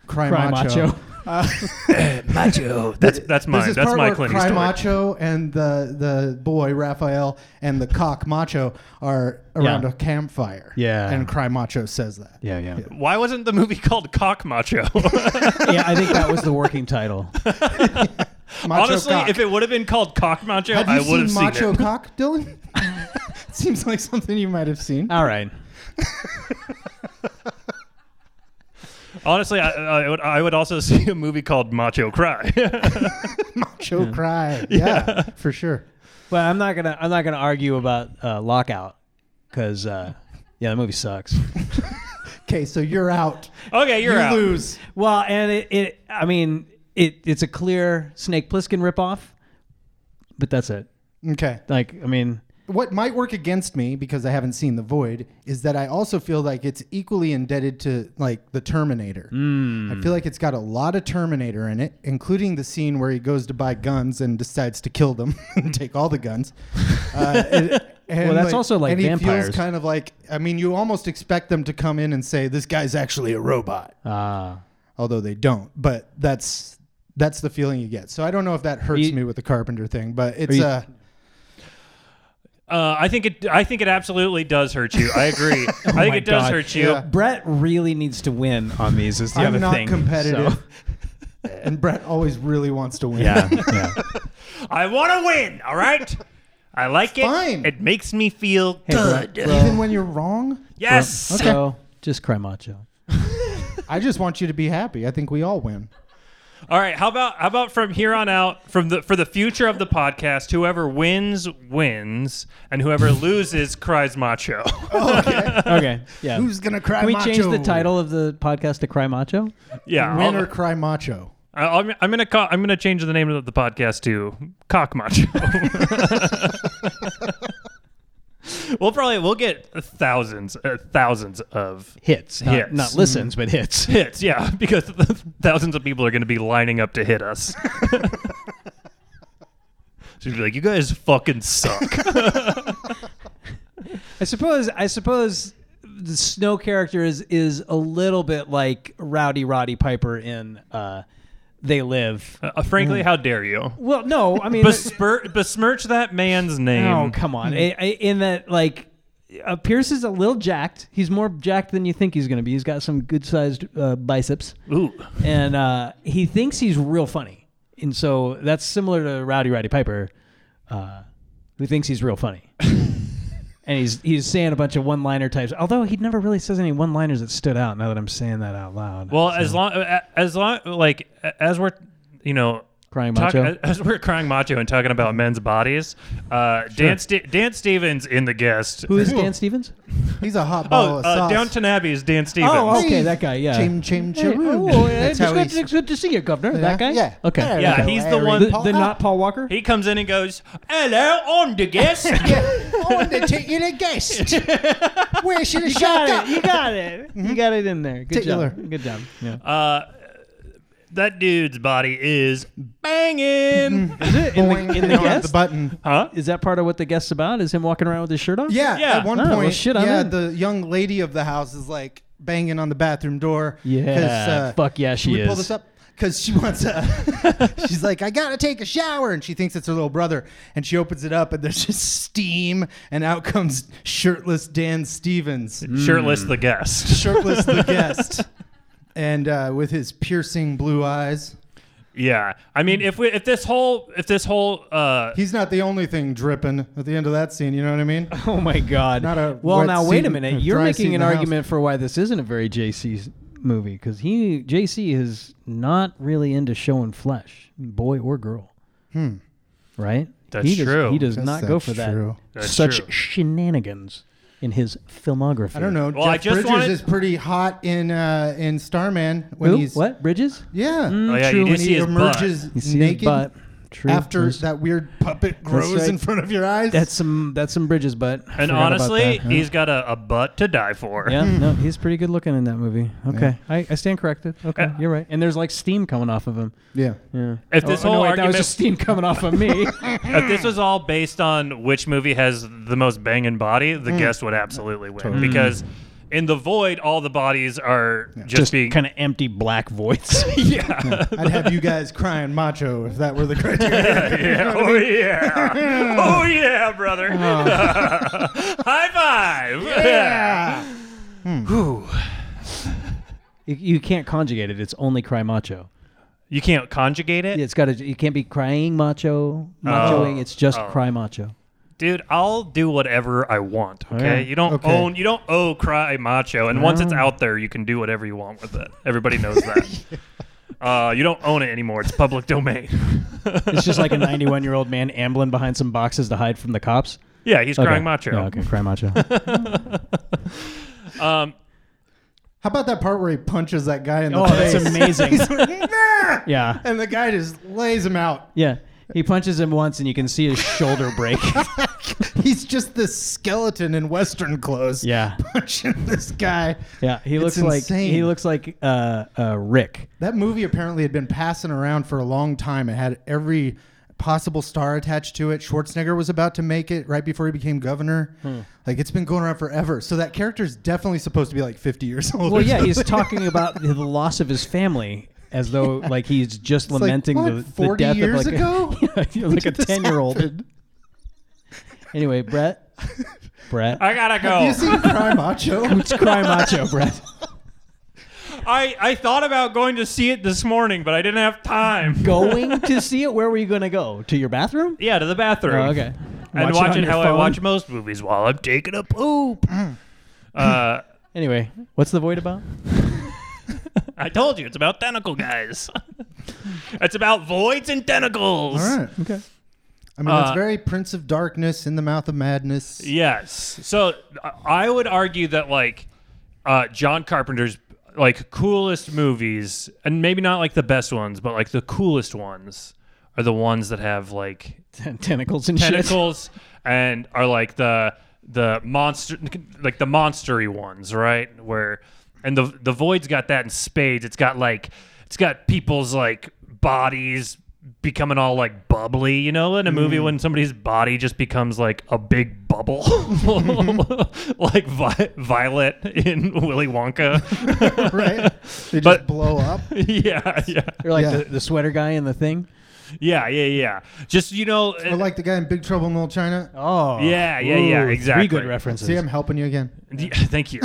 Cry,
Cry
Macho. *laughs*
Macho.
Macho. That's that's
There's
mine.
this
That's
part
my
where
Clint
Cry
Eastwood.
Macho and the the boy Raphael and the cock macho are around
Yeah.
a campfire.
Yeah.
and Cry Macho says that.
*laughs* Yeah, yeah.
Why wasn't the movie called Cock
*laughs*
Macho?
Yeah, I think that was the working title.
Macho
*laughs* Honestly,
cock.
if it would have been called Cock Macho,
Have
I
you
would have
seen
seen
Macho
it. *laughs*
Cock, Dylan? *laughs* Seems like something you might have seen.
*laughs* All right.
Honestly, I, I would. I would also *laughs* see a movie called Macho Cry. *laughs*
Macho Cry. Yeah, for sure.
Well, I'm not gonna I'm not gonna argue about uh, lockout because uh, yeah, the movie sucks.
Okay, so you're out.
okay, you're
you
out.
lose.
*laughs* Well, and it, it I mean it it's a clear Snake Plissken ripoff, but that's it.
Okay.
Like I mean,
What might work against me because I haven't seen The Void is that I also feel like it's equally indebted to like The Terminator.
Hmm.
I feel like it's got a lot of Terminator in it, including the scene where he goes to buy guns and decides to kill them *laughs* and take all
*laughs*
the guns. Uh, and- and,
Well, that's also like
and he
vampires.
feels kind of like I mean, you almost expect them to come in and say this guy's actually a robot,
uh,
although they don't. But that's that's the feeling you get. So I don't know if that hurts
you-
me with the Carpenter thing, but it's
you-
uh,
Uh, I think it. I think it absolutely does hurt you. I
*laughs*
agree. I think
my
it does
God.
hurt you.
Oh Yeah.
Brett really needs to win on these. Is the
I'm
other
not
thing.
competitive.
so-
*laughs*
*laughs*
and Brett always really wants to win. *laughs*
yeah, yeah.
I want to win. All right. I like it.
Fine.
It makes me feel good.
Even when you're wrong,
Yes.
So just cry macho.
I just want you to be happy. I think we all win.
All right. How about how about from here on out, from the for the future of the podcast, whoever wins wins, and whoever
*laughs*
loses cries macho.
Oh.
Okay. Yeah.
Who's gonna cry?
Can we
macho?
change the title of the podcast to Cry Macho?
*laughs* yeah.
Win
I'll-
or cry macho?
I- I'm, I'm gonna call, I'm gonna change the name of the podcast to Cock
*laughs*
Macho. *laughs* we'll probably we'll get thousands uh, thousands of
Hits. Not,
Hits.
not listens, but hits.
hits. Yeah, *laughs* because thousands of people are gonna be lining up to
*laughs*
hit us. so you'd be like, you guys fucking suck.
*laughs*
Uh,
I suppose I suppose the snow character is is a little bit like Rowdy Roddy Piper in uh, They Live.
Uh, frankly, how dare you?
Well, no, I mean
Besmir- besmirch that man's name.
Oh, come on. I- I- in that, like, uh, Pierce is a little jacked. He's more jacked than you think he's going to be. He's got some good sized uh, biceps.
Ooh.
And uh, he thinks he's real funny. And so that's similar to Rowdy Roddy Piper, uh, who thinks he's real funny. *laughs* and he's he's saying a bunch of one liner types, although he never really says any one liners that stood out now that I'm saying that out loud.
Well, as long uh, as long like as we're you know
Crying
talk-
macho.
as we're crying macho and talking about men's bodies, uh, Dan St- Dan Stevens in the guest.
who is Dan Stevens?
He's a hot ball
Oh,
of
uh,
sauce.
Downton Abbey is Dan Stevens.
Oh, okay, that guy, yeah.
Chim chim
Hey,
chim.
oh, it's,
That's how
good,
he's-
it's good to see you, Governor. That guy?
Yeah.
Okay.
There we
Yeah,
go,
he's the
Harry
one-
The,
Paul-
the *laughs*
Ah,
not Paul Walker?
He comes in and goes, "Hello, I'm the guest."
*laughs*
I want to take you to guest. Where should I shut up?
You got
*laughs*
it.
Mm-hmm.
You got it in there. Good
Particular.
job. Good job. Yeah.
Uh, that dude's body is
*laughs*
banging.
in the,
Boing,
in the
you don't have
guest?
the button.
huh?
Is that part of what the guest's about? Is him walking around with his shirt on?
Yeah,
Yeah.
at one
Oh, well,
point,
shit, I'm
yeah,
in.
the young lady of the house is like banging on the bathroom door. 'cause,
Yeah, fuck yeah, she
should we Pull
is.
this up because she wants a. *laughs* she's like, I gotta take a shower, and she thinks it's her little brother, and she opens it up, and there's just steam, and out comes shirtless Dan Stevens,
Shirtless, the
*laughs*
guest.
shirtless the guest. and uh, with his piercing blue eyes.
Yeah, I mean, if we if this whole if this whole uh,
He's not the only thing dripping at the end of that scene. You know what I mean?
*laughs* Oh my God!
Not a
well,
wet
now wait
seat
a
in-
minute.
a
You're
dry seat
making
in
an
the house.
argument for why this isn't a very JC 's movie because he JC is not really into showing flesh, boy or girl. Hmm. Right.
That's
he does,
true.
He does
Guess
not go
that's
for that.
true.
That's
Such
true.
shenanigans in his filmography.
I don't know.
Well,
Jeff
I just
Bridges
wanted-
is pretty hot in uh, in Starman when
Who?
he's
What? Bridges?
Yeah,
oh yeah, you
true,
do
when
see
he
his butt.
emerges
You see
naked
his butt. True.
after
Bruce.
that weird puppet grows
right.
in front of your eyes.
That's some. That's some Bridges butt.
and
Forgot about
honestly,
that.
he's got a, a butt to die for.
Yeah, no, he's pretty good looking in that movie. Okay, I, I stand corrected. Okay,
Uh,
you're right. And there's like steam coming off of him.
yeah.
Yeah.
If this
oh, no,
whole
wait, that
argument-
was just steam coming off of *laughs* me.
If this was all based on which movie has the most banging body,
Mm.
the guest would absolutely win because in the void, all the bodies are just, being
kind of empty black *laughs* voids.
yeah,
*laughs* I'd have you guys crying macho if that were
*laughs*
the *laughs* criteria.
yeah, oh yeah, oh yeah, brother. *laughs* High five.
yeah.
you, you can't conjugate it. It's only cry macho.
You can't conjugate it,
It's got to. You can't be crying macho, machoing. it's just
oh.
cry macho.
dude. I'll do whatever I want. Okay,
Yeah,
you don't
okay.
own, you don't owe Cry Macho, and once it's out there, you can do whatever you want with it. Everybody knows that. Uh, you don't own it anymore. It's public domain.
*laughs*
*laughs*
It's just like a 91 year old man ambling behind some boxes to hide from the cops.
Yeah, he's
Okay.
crying macho.
Yeah, okay, cry *laughs* macho.
*laughs* Um,
How about that part where he punches that guy in the
oh,
face? *laughs*
that's amazing.
Nah!
*laughs* Yeah.
And the guy just lays him out.
Yeah. He punches him once and you can see his shoulder *laughs* break.
He's just this skeleton in Western clothes.
yeah.
*laughs* Punching this guy.
Yeah, he
It's
looks like
insane.
he looks like uh, uh, Rick.
That movie apparently had been passing around for a long time. It had every possible star attached to it. Schwarzenegger was about to make it right before he became governor.
Hmm.
Like it's been going around forever. So that character's definitely supposed to be like 50 years old.
Well,
or
yeah,
*laughs*
he's
something.
talking about the loss of his family as
*laughs*
though like he's just
like,
lamenting
what,
the, the
40
death of
years
like
ago? *laughs*
a, *laughs* yeah, like a
Did this
ten year old.
happen?
Anyway, Brett, Brett, *laughs*
I gotta
Have you
go.
seen Cry Macho?
it's cry macho, Brett.
*laughs* I, I thought about going to see it this morning, but I didn't have time.
Going to see it? Where were you going to go? To your bathroom?
Yeah, to the bathroom.
Oh, okay. Watch
And
it on
watching
your
how I
phone? Mm.
watch most movies while I'm taking a poop. uh,
Anyway, what's the void about?
I told you, it's about tentacle guys. *laughs* it's about voids and tentacles.
All right.
Okay.
I mean,
Uh,
it's very Prince of Darkness in the Mouth of Madness.
Yes. So uh, I I would argue that like uh, John Carpenter's like coolest movies, and maybe not like the best ones, but like the coolest ones are the ones that have like
Ten- tentacles and *laughs* shit.
tentacles and are like the the monster like the monstery ones, right? Where and the the void's got that in spades. It's got like it's got people's like bodies becoming all like bubbly, you know, in a movie when somebody's body just becomes like a big bubble. *laughs* like Vi- Violet in *laughs* Willy Wonka. *laughs*
*laughs* Right? They just
But-
blow up.
*laughs* yeah, yeah.
You're like
Yeah.
the, the sweater guy in the thing.
Yeah, yeah, yeah. Just you know
Or like the guy in Big Trouble in Little China.
Oh,
Yeah, yeah, yeah, exactly.
Three good references.
See, I'm helping you again.
Yeah, *laughs* thank you.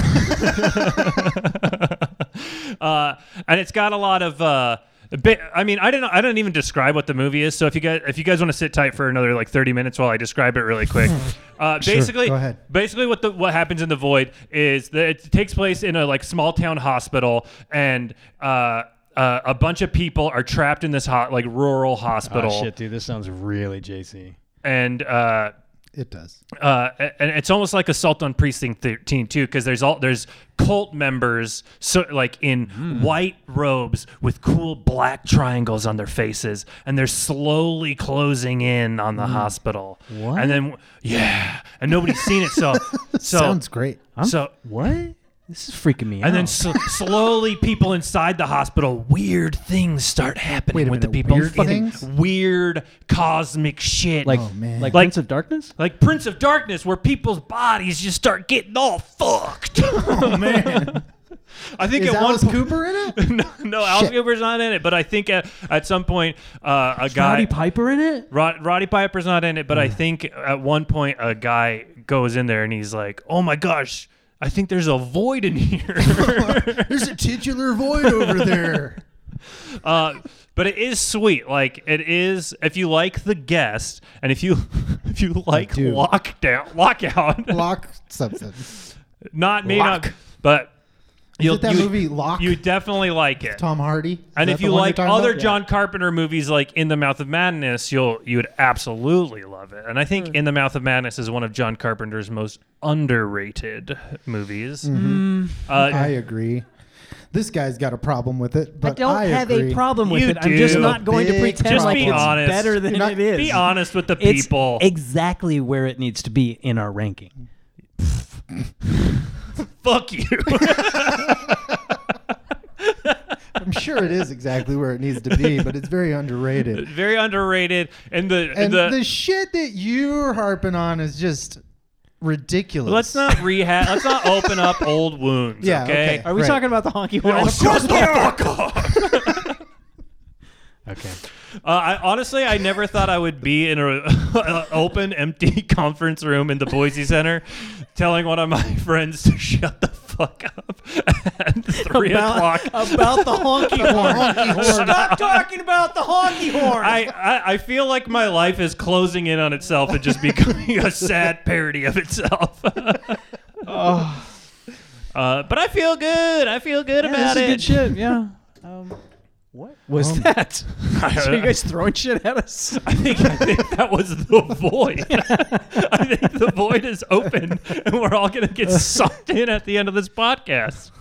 uh, and it's got a lot of. Uh, bi- I mean, I didn't. I don't even describe what the movie is. So if you guys, if you guys want to sit tight for another like thirty minutes while I describe it really quick, uh, basically,
go ahead.
basically what the what happens in the void is that it takes place in a like small town hospital and. Uh, uh, a bunch of people are trapped in this hot, like rural hospital,
Oh, shit, dude, this sounds really JC.
and uh,
It does.
uh, and it's almost like assault on precinct 13 too because there's all there's cult members so like in
Hmm.
white robes with cool black triangles on their faces and they're slowly closing in on the
Hmm.
hospital what? and then yeah and nobody's seen it
*laughs*
so so
Sounds great.
so
What? This is freaking me out.
and then s slowly, people inside the hospital, weird things start happening
Wait a
with the
minute,
people.
weird
Fucking
things?
Weird cosmic shit.
like,
Oh, man.
like,
Like-
Prince of Darkness.
like Prince of Darkness, where people's bodies just start getting all fucked. Oh man, *laughs* I think
Is
at
Alice
one point,
Cooper in
*laughs*
it?
no, no Alice
Shit.
Cooper's not in it, but I think at, at some point uh, a
Roddy
guy
Piper in it.
Rod, Roddy Piper's not in it, but I think at one point a guy goes in there and he's like, "Oh my gosh." I think there's a void in *laughs*
*laughs*
here.
There's a titular void over there.
*laughs* Uh, but it is sweet. Like it is. If you like the guest, and if you *laughs* if you like
do.
lockdown,
*laughs*
lockout,
Lock something.
not me,
Lock.
not, but you'll
that
you,
movie Lock?
You definitely like it.
Tom Hardy. Is
and
that
if
the
you
one you're
like
talking
other
about?
John Carpenter movies like In the Mouth of Madness, you'll you would absolutely love it. And I think In the Mouth of Madness is one of John Carpenter's most underrated movies. Uh,
Mm-hmm. I agree. This guy's got a problem with it, but
I don't have
agree.
a problem with
You
it. I'm just
do.
not going to
Big
pretend
Just
like
be
it's
honest.
better than
You're not-
it is.
Be honest with the
*laughs* It's
people.
exactly where it needs to be in our ranking.
*laughs* Fuck
*laughs*
you.
I'm sure it is exactly where it needs to be, but it's very
*laughs*
underrated.
Very underrated. And the
And
the,
the, shit that you're harping on is just ridiculous.
let's not rehab. let's not open up old wounds.
*laughs* Yeah,
Okay.
okay.
Are we
Right.
talking about the honky horn? *laughs*
Okay. Uh, I, honestly, I never thought I would be in *laughs* an open, empty *laughs* conference room in the Boise Center, telling one of my *laughs* friends to shut the fuck up at three
about,
o'clock.
*laughs* about the honky horn. Stop talking about the honky horn.
I, I, I feel like my life is closing in on itself and just becoming a sad parody of itself. *laughs* Uh, but I feel good. I feel good
yeah,
about
this is
it.
good shit. Yeah. Um, what was *laughs* that? Are you guys throwing shit at us?
I think, I think that was the void. I think the void is open, and we're all going to get sucked in at the end of this podcast.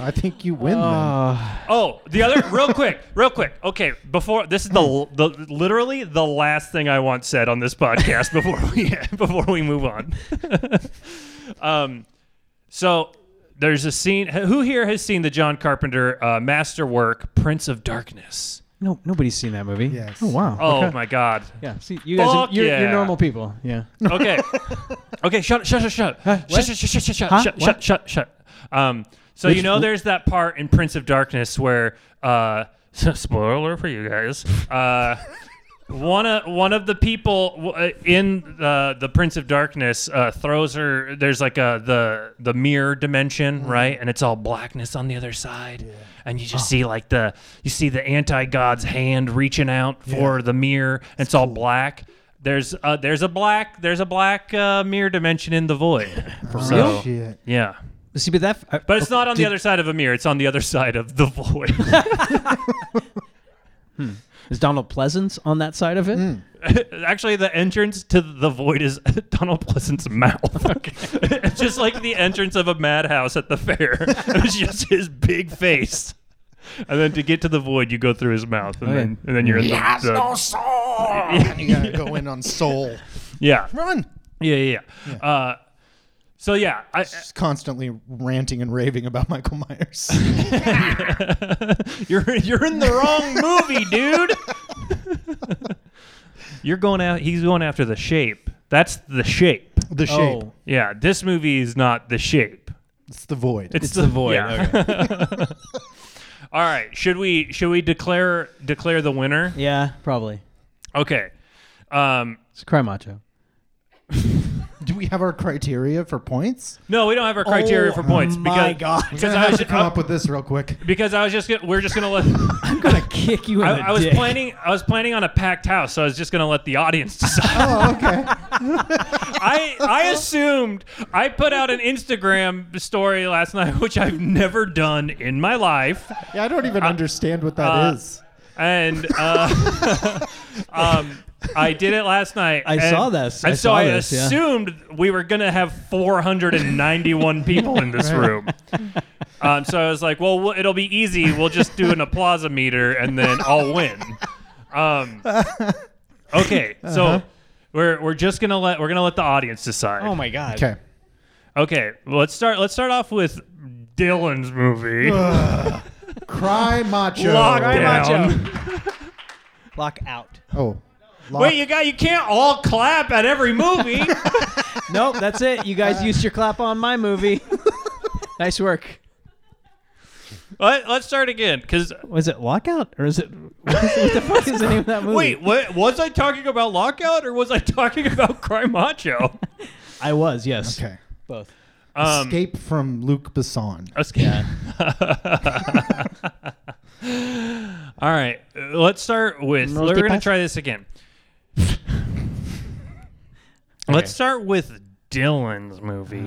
I think you win. then.
Uh,
Oh, the other, real quick, real quick. Okay, before this is the, the literally the last thing I want said on this podcast before we before we move on. *laughs* um, so there's a scene. Who here has seen the John Carpenter uh, masterwork, Prince of Darkness?
No, nobody's seen that movie.
Yes.
Oh wow.
Oh
Okay.
my God!
Yeah. See, you guys, are,
Fuck
you're, you're
yeah.
normal people. Yeah. *laughs*
Okay. okay, shut shut shut shut.
what?
Shut shut shut shut shut
Huh?
shut,
What?
shut shut shut. Um so you know there's that part in Prince of Darkness where uh *laughs* spoiler alert for you guys. Uh One of one of the people w- uh, in uh, the Prince of Darkness uh, throws her. There's like a the the mirror dimension,
Mm-hmm.
right? And it's all blackness on the other side, and you just see like the you see the anti god's hand reaching out for the mirror. And it's all black. There's uh, there's a black there's a black uh, mirror dimension in the void.
Oh, shit.
Yeah,
See, but that. uh, I-
but it's not on
did-
the other side of a mirror. It's on the other side of the void. *laughs*
*laughs* Is Donald Pleasance on that side of it?
Actually, the entrance to the void is *laughs* Donald Pleasant's *laughs* mouth. it's just like the entrance of a madhouse at the fair. *laughs* it's just his big face. And then to get to the void, you go through his mouth, and
Okay.
then and then you're in the, the-
*laughs* You gotta go in on soul.
*laughs* yeah
Run.
yeah yeah. yeah. Uh, so yeah, I,
Just constantly ranting and raving about Michael Myers.
*laughs* you're you're in the wrong movie, dude. you're going out. He's going after the shape. That's the shape.
*laughs* the shape.
Oh.
Yeah, this movie is not the shape.
It's the void.
It's, the, void. *laughs* All right. Should we should we declare declare the winner?
Yeah, probably.
Okay. Um,
It's Cry Macho. *laughs*
*laughs* Do we have our criteria
*laughs*
for points?
no, we don't have our criteria
Oh,
for points
my
because
God.
We're
because
gonna
I
have
was
to come up with this
*laughs*
real quick.
because I was just gonna, we're just gonna let
I'm gonna kick you in
*laughs* I,
the
I was
dick.
planning I was planning on a packed house, so I was just gonna let the audience *laughs* decide.
Oh, okay.
I
*laughs*
I assumed I put out an Instagram story last night, *laughs* which I've never done in my life,
*laughs* Yeah, I don't even understand what
uh,
that is.
and uh, *laughs* um, I did it last night.
I
and-
saw this.
And
I
so
saw
I
this, yeah.
assumed we were gonna have
*laughs*
491 people in this room. Um, so I was like, well, we'll- it'll be easy. We'll just do an applause meter, and then I'll win.
*laughs*
Um, okay, so. We're, we're just gonna let we're gonna let the audience
*laughs*
decide.
Uh-huh. Oh my god.
*laughs* Okay.
Okay, well, let's start. Let's start off with Dylan's movie. Uh,
Cry macho.
Cry
Lockdown.
Macho. *laughs* Lock out.
Oh. Lock-
Wait, you got you can't all clap at every movie.
Nope, that's it. You guys used your clap on my *laughs* movie. nice work.
Let, us start again, because
Was it Lockout or is it *laughs* what, is, what the fuck is the name of that movie?
wait, what, was I talking about lockout or was I talking about Cry Macho?
I was yes.
okay.
Both.
Um,
Escape from Luke Besson.
Escape. *laughs* All right, uh, let's start with. We're gonna
Multipass?
try this again. Let's start with Dylan's movie,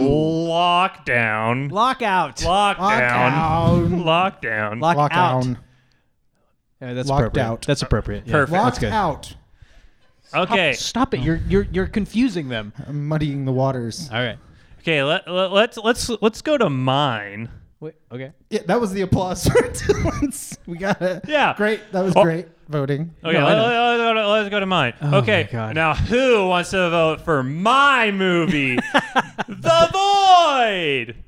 Lockdown.
Lockout.
Lockdown.
Lockdown.
*laughs* Lockdown.
Lock-
Lock
out.
down.
Yeah, that's
Locked
appropriate.
out.
That's appropriate. Yeah.
Perfect.
Lock
That's good.
out.
Okay.
Stop it. You're you're you're confusing them.
I'm muddying the waters.
All right.
Okay. Let, let, let's let's let's go to mine.
Wait, okay.
Yeah, that was the applause *laughs* for Dylan's. We got it.
Yeah.
Great. That was
Oh.
great voting.
Okay,
No, I
let,
know.
us go to, let's go to mine. okay,
God.
now who wants to vote for my movie, The Void?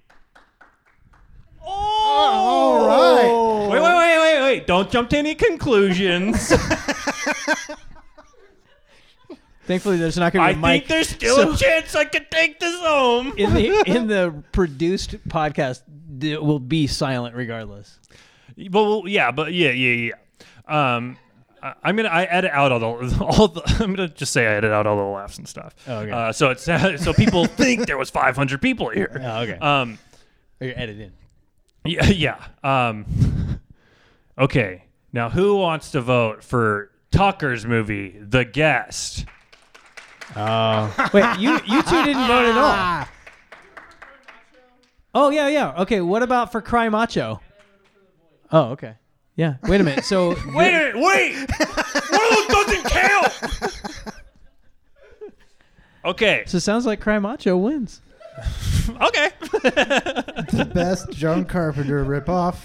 Oh!
Oh, All right.
Wait, wait, wait, wait, wait! Don't jump to any conclusions.
Thankfully, there's not going
I
to be a mic.
think there's still
so-
a chance I could take this home.
in the in the produced podcast it will be silent regardless.
But well, yeah, but yeah, yeah, yeah. Um, I- I'm gonna I edit out all the *laughs* all the I'm gonna just say I edit out all the laughs and stuff.
Oh, okay.
Uh, so it's *laughs* so people think there was 500 people here.
Oh, okay.
Um.
or edit in.
Yeah, *laughs* yeah. Um, *laughs* okay, now who wants to vote for Tucker's movie, The Guest?
Wait, you you two *laughs* didn't vote at all. Oh yeah, yeah. Okay, what about for Cry Macho? Oh, okay. Yeah. Wait a minute. So
*laughs* Wait a minute, wait! One of those doesn't count. *laughs* Okay,
so it sounds like Cry Macho wins.
*laughs* okay, *laughs*
The best John Carpenter ripoff.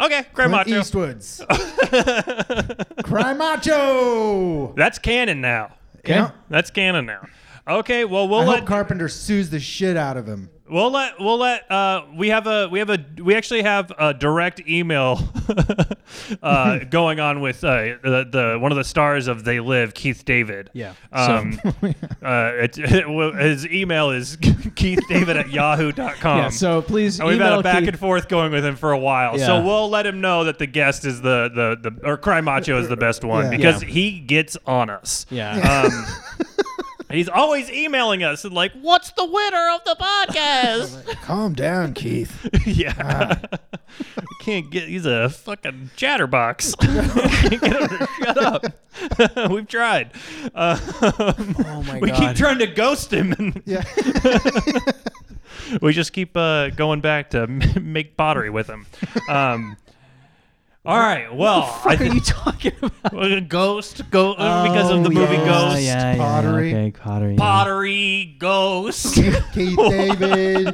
okay. Grandma,
Clint Eastwood's.
*laughs*
Cry Macho.
that's canon now.
Yeah.
That's canon now. Okay, well
I
we'll
hope
let
Carpenter sues the shit out of him.
we'll let we'll let uh we have a we have a we actually have a direct email *laughs*
*laughs*
uh going on with uh the, the one of the stars of They Live Keith David.
Yeah. *laughs*
Um uh it's *laughs* well, his email is *laughs* keithdavid at yahoo.com.
yeah. So please
And we've had
email
a back
Keith.
and forth going with him for a while,
Yeah.
so we'll let him know that the guest is the the, the or Cry Macho is the best one
Yeah.
because
Yeah.
he gets on us.
Yeah. Uh,
Um, *laughs* he's always emailing us and like, "What's the winner of the
*laughs*
podcast?"
Calm down, Keith.
*laughs* yeah,
ah.
can't get. He's a fucking
*laughs*
chatterbox. *laughs* Can't get him to shut up. *laughs* We've tried. Uh,
oh my
we keep
god.
trying to ghost him, and
*laughs* Yeah. *laughs*
we just keep uh, going back to *laughs* make pottery with him. Um, all right. Well, I
what are you
think
talking *laughs* about?
ghost go uh, because
Oh,
of the movie
yeah,
Ghost.
yeah, yeah, pottery. okay,
pottery.
Pottery
*laughs*
ghost.
Keith
*laughs*
David.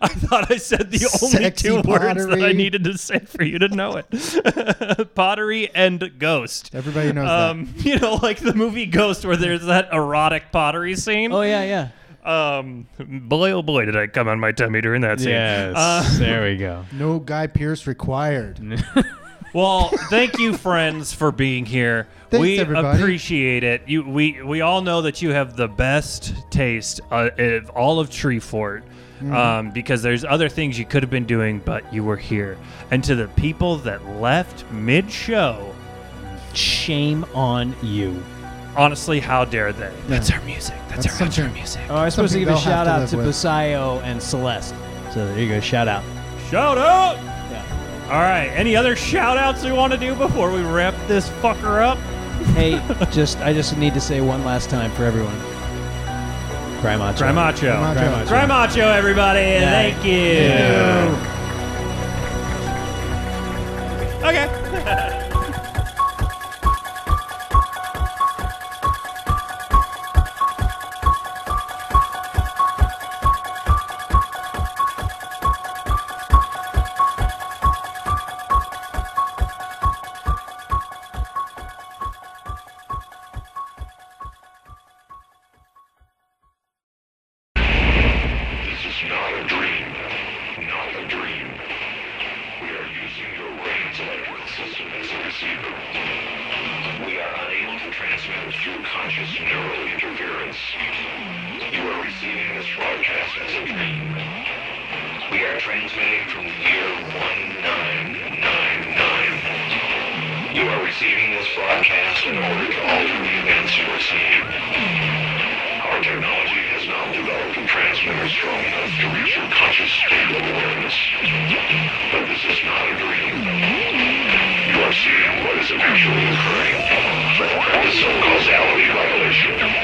I thought I said the only
Sexy
two words that I
pottery.
needed to say for you to know it. *laughs* pottery and ghost.
Everybody knows that.
Um, *laughs* you know, like the movie Ghost, where there's that erotic pottery scene.
Oh yeah, yeah.
Um, boy, oh boy, did I come on my tummy during that scene. Uh,
there we go.
No Guy Pierce required.
Well, thank you, friends, for being here.
Thanks,
we
everybody.
appreciate it. You, we, we all know that you have the best taste uh, of all of Tree Fort
Mm-hmm.
um, because there's other things you could have been doing, but you were here. And to the people that left mid show,
Shame on you.
honestly, how dare they? That's our music. That's,
That's
our outro
something.
music.
Oh, I was supposed to
Something
give a
they'll
shout
have to
out
live
to
with.
Basayo and Celeste. So there you go, shout out.
Shout out! All right. Any other shout outs we want to do before we wrap this fucker up?
*laughs* Hey, just I just need to say one last time for everyone. Cry macho.
Cry
Cry
Macho.
Macho.
Macho.
Cry Macho, everybody. Thank you. Okay.
This is not a dream. Not a dream. We are using your brain's electric system as a receiver. We are unable to transmit through conscious neural interference. You are receiving this broadcast as a dream. We are transmitting from year 1999. You are receiving this broadcast in order to alter the events you are seeing. Our technology has now developed a transmitter strong enough to reach your conscious state of awareness. But this is not a dream. You are seeing what is actually occurring. That is a causality violation.